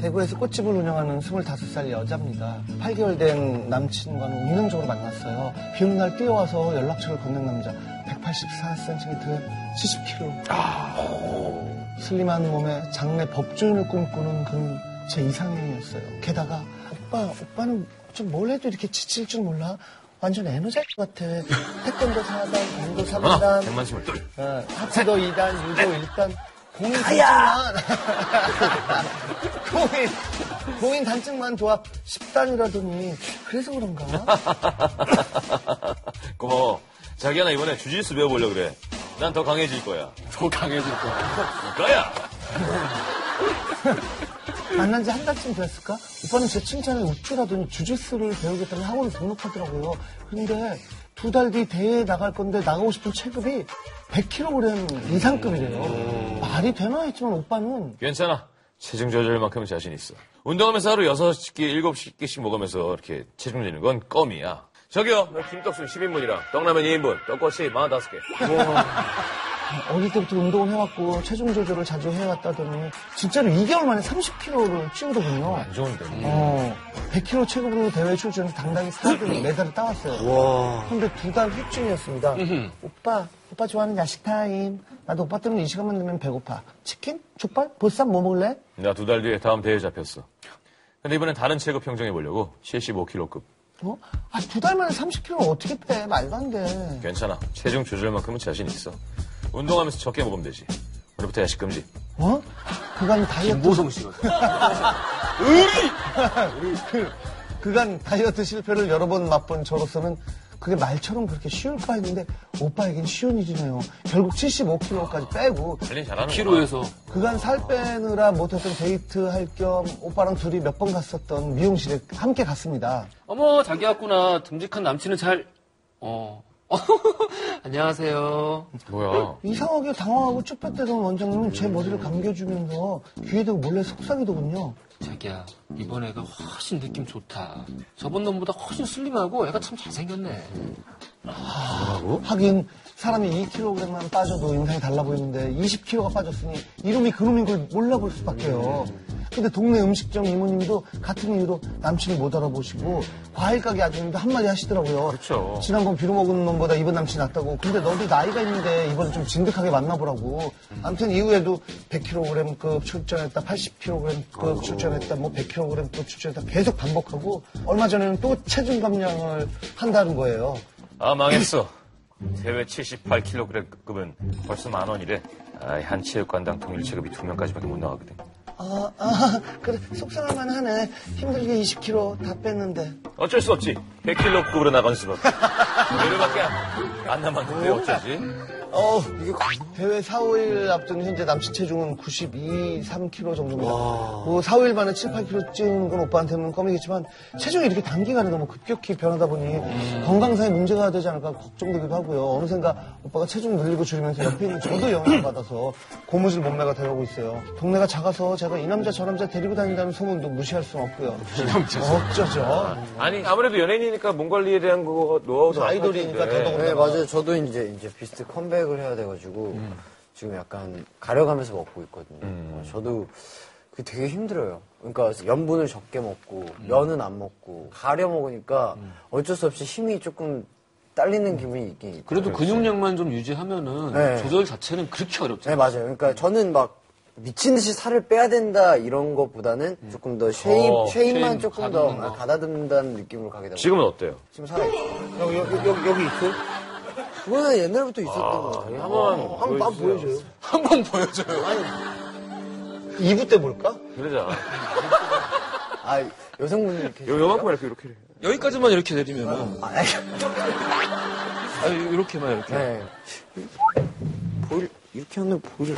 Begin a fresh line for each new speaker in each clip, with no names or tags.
대구에서 꽃집을 운영하는 25살 여자입니다. 8개월 된 남친과는 운명적으로 만났어요. 비 오는 날 뛰어와서 연락처를 건넨 남자. 184cm, 70kg. 슬림한 몸에 장래 법조인을 꿈꾸는 그 제 이상형이었어요. 게다가 오빠, 오빠는 좀 뭘 해도 이렇게 지칠 줄 몰라? 완전 에너지 같아. 태권도 4단, 공도 3단,
백만심을 뚫.
어, 하트도 2단, 유도 1단, 공인 단증만. 공인, 공인 단증만 조합 10단이라더니, 그래서 그런가?
고마워. 자기야, 나 이번에 주짓수 배워보려고 그래. 난 더 강해질 거야.
더 강해질 거야.
거야!
만난 지 한 달쯤 됐을까? 오빠는 제 칭찬에 우쭐하더니 주짓수를 배우겠다는 학원을 등록하더라고요. 근데 두 달 뒤 대회에 나갈 건데 나가고 싶은 체급이 100kg 이상급이래요. 말이 되나 했지만 오빠는
괜찮아. 체중 조절만큼은 자신 있어. 운동하면서 하루 6끼, 7끼씩 먹으면서 이렇게 체중 재는 건 껌이야. 저기요, 나 김떡순 10인분이랑 떡라면 2인분, 떡꼬치 45개.
어릴 때부터 운동을 해왔고 체중 조절을 자주 해왔다더니 진짜로 2개월 만에 30kg를 찌우더군요.
안 좋은데.
어, 100kg 체급으로 대회 출전해서 당당히 스타트를 메달을 따왔어요. 근데 두 달 후쯤이었습니다. 오빠, 오빠 좋아하는 야식 타임. 나도 오빠 때문에 이 시간만 되면 배고파. 치킨? 족발? 보쌈 뭐 먹을래?
나 두 달 뒤에 다음 대회 잡혔어. 근데 이번엔 다른 체급 평정해보려고 75kg급.
어? 아, 두 달 만에 30kg 어떻게 빼? 말도 안 돼.
괜찮아. 체중 조절만큼은 자신 있어. 운동하면서 적게 먹으면 되지. 오늘부터 야식 금지.
어? 그간 다이어트,
모성 씨가.
그간 다이어트 실패를 여러 번 맛본 저로서는 그게 말처럼 그렇게 쉬울까 했는데 오빠에겐 쉬운 일이네요. 결국 75kg까지 빼고
관리 잘하는 거.
키로에서.
그간 살 빼느라 못했던 데이트 할 겸 오빠랑 둘이 몇 번 갔었던 미용실에 함께 갔습니다.
어머, 자기였구나. 듬직한 남친은 잘, 어. 안녕하세요.
뭐야.
이상하게 당황하고 쭈뼛대던 원장님은 제 머리를 감겨주면서 귀에 대고 몰래 속삭이더군요.
자기야, 이번 애가 훨씬 느낌 좋다. 저번 놈보다 훨씬 슬림하고 애가 참 잘생겼네.
하긴 사람이 2kg만 빠져도 인상이 달라 보이는데 20kg가 빠졌으니 이놈이 그놈인 걸 몰라볼 수밖에요. 근데 동네 음식점 이모님도 같은 이유로 남친을 못 알아보시고 과일 가게 아주님도 한마디 하시더라고요.
그렇죠.
지난번 비로 먹은 놈보다 이번 남친 낫다고. 근데 너도 나이가 있는데 이번엔 좀 진득하게 만나보라고. 아무튼 이후에도 100kg급 출전했다, 80kg급 출전했다, 뭐 100kg급 출전했다 계속 반복하고 얼마 전에는 또 체중 감량을 한다는 거예요.
아, 망했어. 대회 78kg급은 벌써 만 원이래. 아이, 한 체육관당 동일 체급이 두 명까지밖에 못 나가거든.
아, 아, 그래, 속상할만 하네. 힘들게 20kg 다 뺐는데.
어쩔 수 없지. 100kg급으로 나간 수밖에. 내려밖에 안 남았는데 어쩌지?
어 이게 대회 4, 5일 앞둔 현재 남친 체중은 92, 3kg 정도입니다. 뭐 4, 5일 만에 7, 8kg 찌우는 건 오빠한테는 껌이겠지만 체중이 이렇게 단기간에 너무 급격히 변하다 보니 건강상에 문제가 되지 않을까 걱정되기도 하고요. 어느샌가 오빠가 체중 늘리고 줄이면서 옆에 있는 저도 영향을 받아서 고무줄 몸매가 되어가고 있어요. 동네가 작아서 제가 이 남자 저 남자 데리고 다닌다는 소문도 무시할 수는 없고요. 어쩌죠?
아니, 아무래도 연예인이니까 몸 관리에 대한 거 노하우도
아이돌이니까 그러니까
많을 텐데.
더더군다나.
네, 맞아요. 저도 이제, 이제 비스트 컴백을 해야 돼가지고, 지금 약간 가려가면서 먹고 있거든요. 어, 저도 그게 되게 힘들어요. 그러니까 염분을 적게 먹고, 면은 안 먹고, 가려 먹으니까 어쩔 수 없이 힘이 조금 딸리는 기분이 있긴 있어요.
그래도 근육량만 좀 유지하면은
네.
조절 자체는 그렇게 어렵지.
네, 맞아요. 그러니까 저는 막 미친 듯이 살을 빼야 된다 이런 것보다는 조금 더 쉐입,
어,
쉐입만
쉐입
조금
가다듬는
더
거.
가다듬다는 느낌으로 가게 되고.
지금은 어때요?
지금 살아 여기 여기 여기, 여기 있어? 그거는 옛날부터 있었던 거 같아요. 한번
한번 봐 보여줘요.
한 번 보여줘요.
2부 때 볼까?
그러자.
아 여성분들 이렇게
요, 요만큼 이렇게 이렇게.
여기까지만 이렇게 내리면은.
아, 아니,
아, 이렇게만 이렇게.
네. 보일 이렇게 하면 보일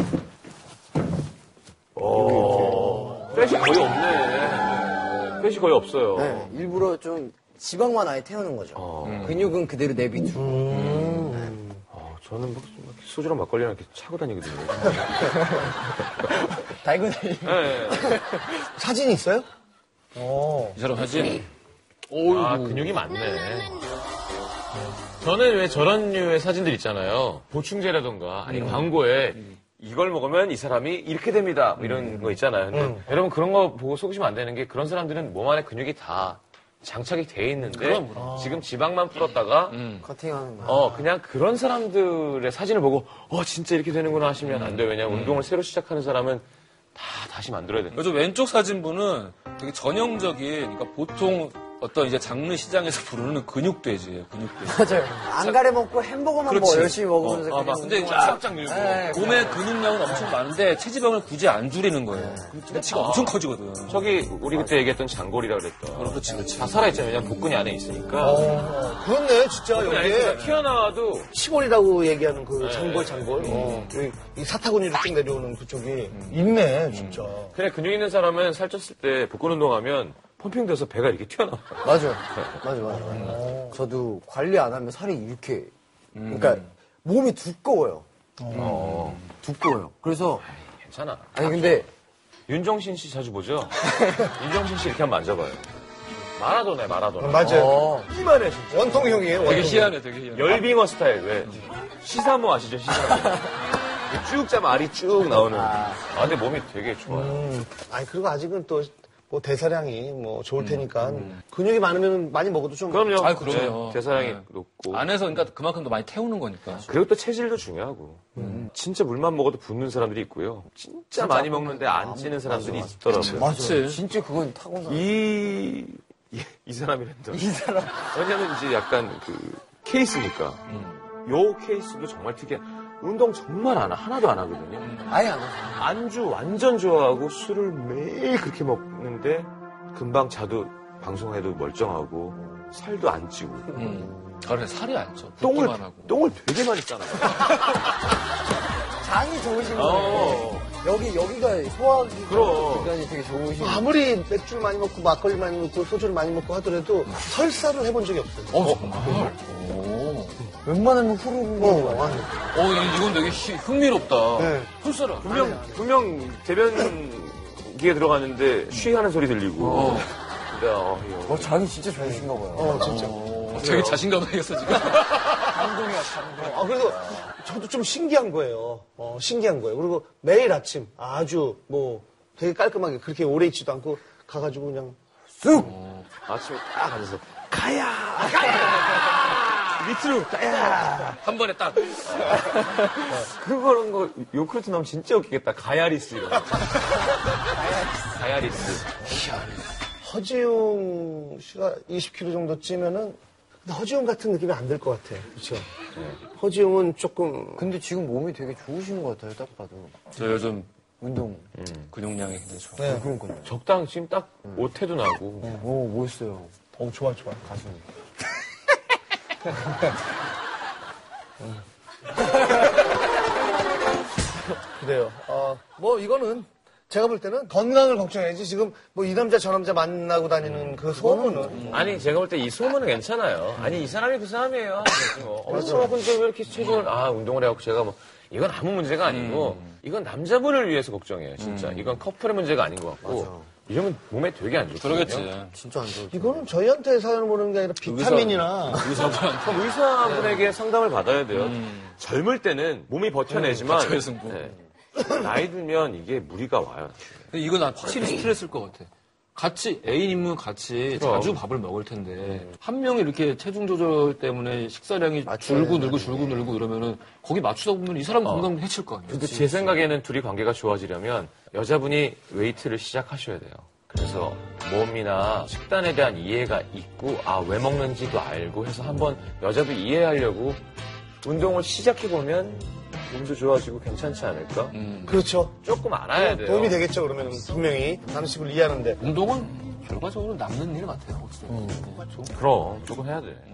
펫이 어. 거의 없네. 펫이 거의 없어요.
네, 일부러 좀 지방만 아예 태우는 거죠. 음. 근육은 그대로 내비두고.
어, 저는 막, 막 소주랑 막걸리랑 이렇게 차고 다니거든요.
달고 다니는
예.
사진 있어요? 어.
이 사람 사진. 어이구.
아, 근육이 많네. 저는 왜 저런 류의 사진들 있잖아요. 보충제라던가, 아니, 광고에 음. 이걸 먹으면 이 사람이 이렇게 됩니다. 뭐 이런 거 있잖아요. 근데 여러분 그런 거 보고 속으시면 안 되는 게 그런 사람들은 몸 안에 근육이 다 장착이 돼 있는데
그럼, 그럼.
지금 지방만 풀었다가
커팅하는 거.
어 그냥 그런 사람들의 사진을 보고 어 진짜 이렇게 되는구나 하시면 안 돼요. 왜냐면 운동을 새로 시작하는 사람은 다 다시 만들어야 돼.
요즘 왼쪽 사진부는 되게 전형적인, 그러니까 보통 어떤 이제 장르 시장에서 부르는 근육돼지예요, 근육돼지.
맞아요. 안 가래 먹고 햄버거만
그렇지.
뭐 열심히 먹으면서
어, 아,
그냥
막 근데
쫙쫙 밀고.
네,
몸의 근육량은 엄청 많은데 체지방을 굳이 안 줄이는
네.
거예요. 근데 치가 엄청 커지거든.
저기 우리 그때 얘기했던 장골이라 그랬던
그렇지, 그렇지.
다 살아있잖아요. 왜냐면 복근이 안에 있으니까.
그렇네, 진짜.
복근이 안에
여기
있으니까 튀어나와도
시골이라고 얘기하는 그 장골, 장골. 어, 여기 이 사타구니로 쭉 내려오는 그쪽이 있네, 진짜.
그냥 근육 있는 사람은 살쪘을 때 복근 운동하면 펌핑돼서 배가 이렇게 튀어나와.
맞아요. 맞아요, 맞아요. 저도 관리 안 하면 살이 이렇게. 그러니까 몸이 두꺼워요. 두꺼워요. 그래서
괜찮아.
아니 근데
윤정신 씨 자주 보죠? 윤정신 씨 이렇게 한번 만져봐요. 마라도네, 마라도네.
맞아요.
어,
심하네, 진짜.
원통형이에요,
되게
원통형.
희한해, 되게 희한해.
열빙어 스타일, 왜? 시사모 아시죠, 시사모? 쭉 짜면 알이 쭉 나오는. 아, 근데 몸이 되게 좋아요.
음. 아니, 그리고 아직은 또, 뭐, 대사량이 뭐, 좋을 테니까. 근육이 많으면 많이 먹어도 좀.
그럼요.
아, 그럼요.
네, 대사량이
네.
높고.
안에서 그러니까 그만큼 더 많이 태우는 거니까.
그리고 또 체질도 중요하고. 진짜 물만 먹어도 붓는 사람들이 있고요. 진짜, 많이 먹는데 안 찌는 사람들이 있더라고요.
맞아요. 진짜 그건 타고나.
이, 이, 이 사람이란다. 이 사람. 왜냐면 이제 약간 그 케이스니까. 요 케이스도 정말 특이해. 운동 정말 안, 하- 하나도 안 하거든요.
아예 안 하죠.
안주 완전 좋아하고 술을 매일 그렇게 먹는데 금방 자도 방송해도 멀쩡하고 살도 안 찌고
음. 그래, 살이 안 쪄.
똥을,
붓기만 하고.
똥을 되게 많이 싸나요.
장이 좋으신 거예요. 여기 여기가 소화기
그럼.
기간이 되게 좋으신. 거
아무리 맥주를 많이 먹고 막걸리 많이 먹고 소주를 많이 먹고 하더라도 설사를 해본 적이 없어요.
어, 정말? 오.
웬만하면 후루룩.
어, 아니.
어, 이- 이건 되게 희- 흥미롭다.
네.
풀스러.
분명, 분명 대변기에 들어가는데 쉬하는 소리 들리고. 근데 어, 이거
어, 장이 진짜 좋으신가 봐요.
어, 진짜.
네.
되게 자신감 생겼어, 지금.
아, 그래서 저도 좀 신기한 거예요. 어, 신기한 거예요. 그리고 매일 아침 아주 뭐 되게 깔끔하게 그렇게 오래 있지도 않고 가가지고 그냥
아침에 딱 앉아서 가야! 가야! 밑으로 가야!
한 번에 딱.
그거는 거 요크루트 나오면 진짜 웃기겠다. 가야리스 이런 거. 가야리스.
허지웅 씨가 20kg 정도 찌면은 근데 허지웅 같은 느낌이 안 들 것 같아. 그렇죠? 허지웅은 조금
근데 지금 몸이 되게 좋으신 것 같아요. 딱 봐도
저 요즘
운동.
근육량이 굉장히 좋아.
네.
그러니까요.
적당 지금 딱 오태도 나고.
오 멋있어요.
어, 좋아 좋아. 그래요. 어, 뭐 이거는 제가 볼 때는 건강을 걱정해야지 지금 뭐 이 남자 저 남자 만나고 다니는 그 소문은
아니 제가 볼 때 이 소문은 괜찮아요. 아니 이 사람이 그 사람이에요. 그래서 뭐, 어느 사람 근데 왜 이렇게 체중을 아 운동을 해갖고 제가 뭐 이건 아무 문제가 아니고 이건 남자분을 위해서 걱정해요. 진짜 이건 커플의 문제가 아닌 것 같고 이러면 몸에 되게 안 좋거든요.
그러겠지.
진짜 안 좋아.
이거는 저희한테 사연을 보는 게 아니라 비타민이나
의사분한테.
그럼 의사분에게 상담을 받아야 돼요. 젊을 때는 몸이 음. 버텨내지만 네.
버텨요, 승부.
나이 들면 이게 무리가 와요.
근데 이건 난 확실히
네.
스트레스일 것 같아. 같이 애인이면 같이 자주 밥을 먹을 텐데
네.
한 명이 이렇게 체중 조절 때문에 식사량이 줄고 늘고 줄고 늘고 이러면은 거기 맞추다 보면 이 사람 건강 해칠 거 아니야.
어. 근데 제 생각에는 둘이 관계가 좋아지려면 여자분이 웨이트를 시작하셔야 돼요. 그래서 몸이나 식단에 대한 이해가 있고 아 왜 먹는지도 알고 해서 한번 여자도 이해하려고 운동을 시작해 보면 몸도 좋아지고 괜찮지 않을까?
그렇죠.
조금 알아야 돼요.
도움이 되겠죠. 그러면 분명히 남식을 이해하는데
어.
운동은 결과적으로 남는 일 같아요. 확실히. 네.
그럼 조금 해야 돼.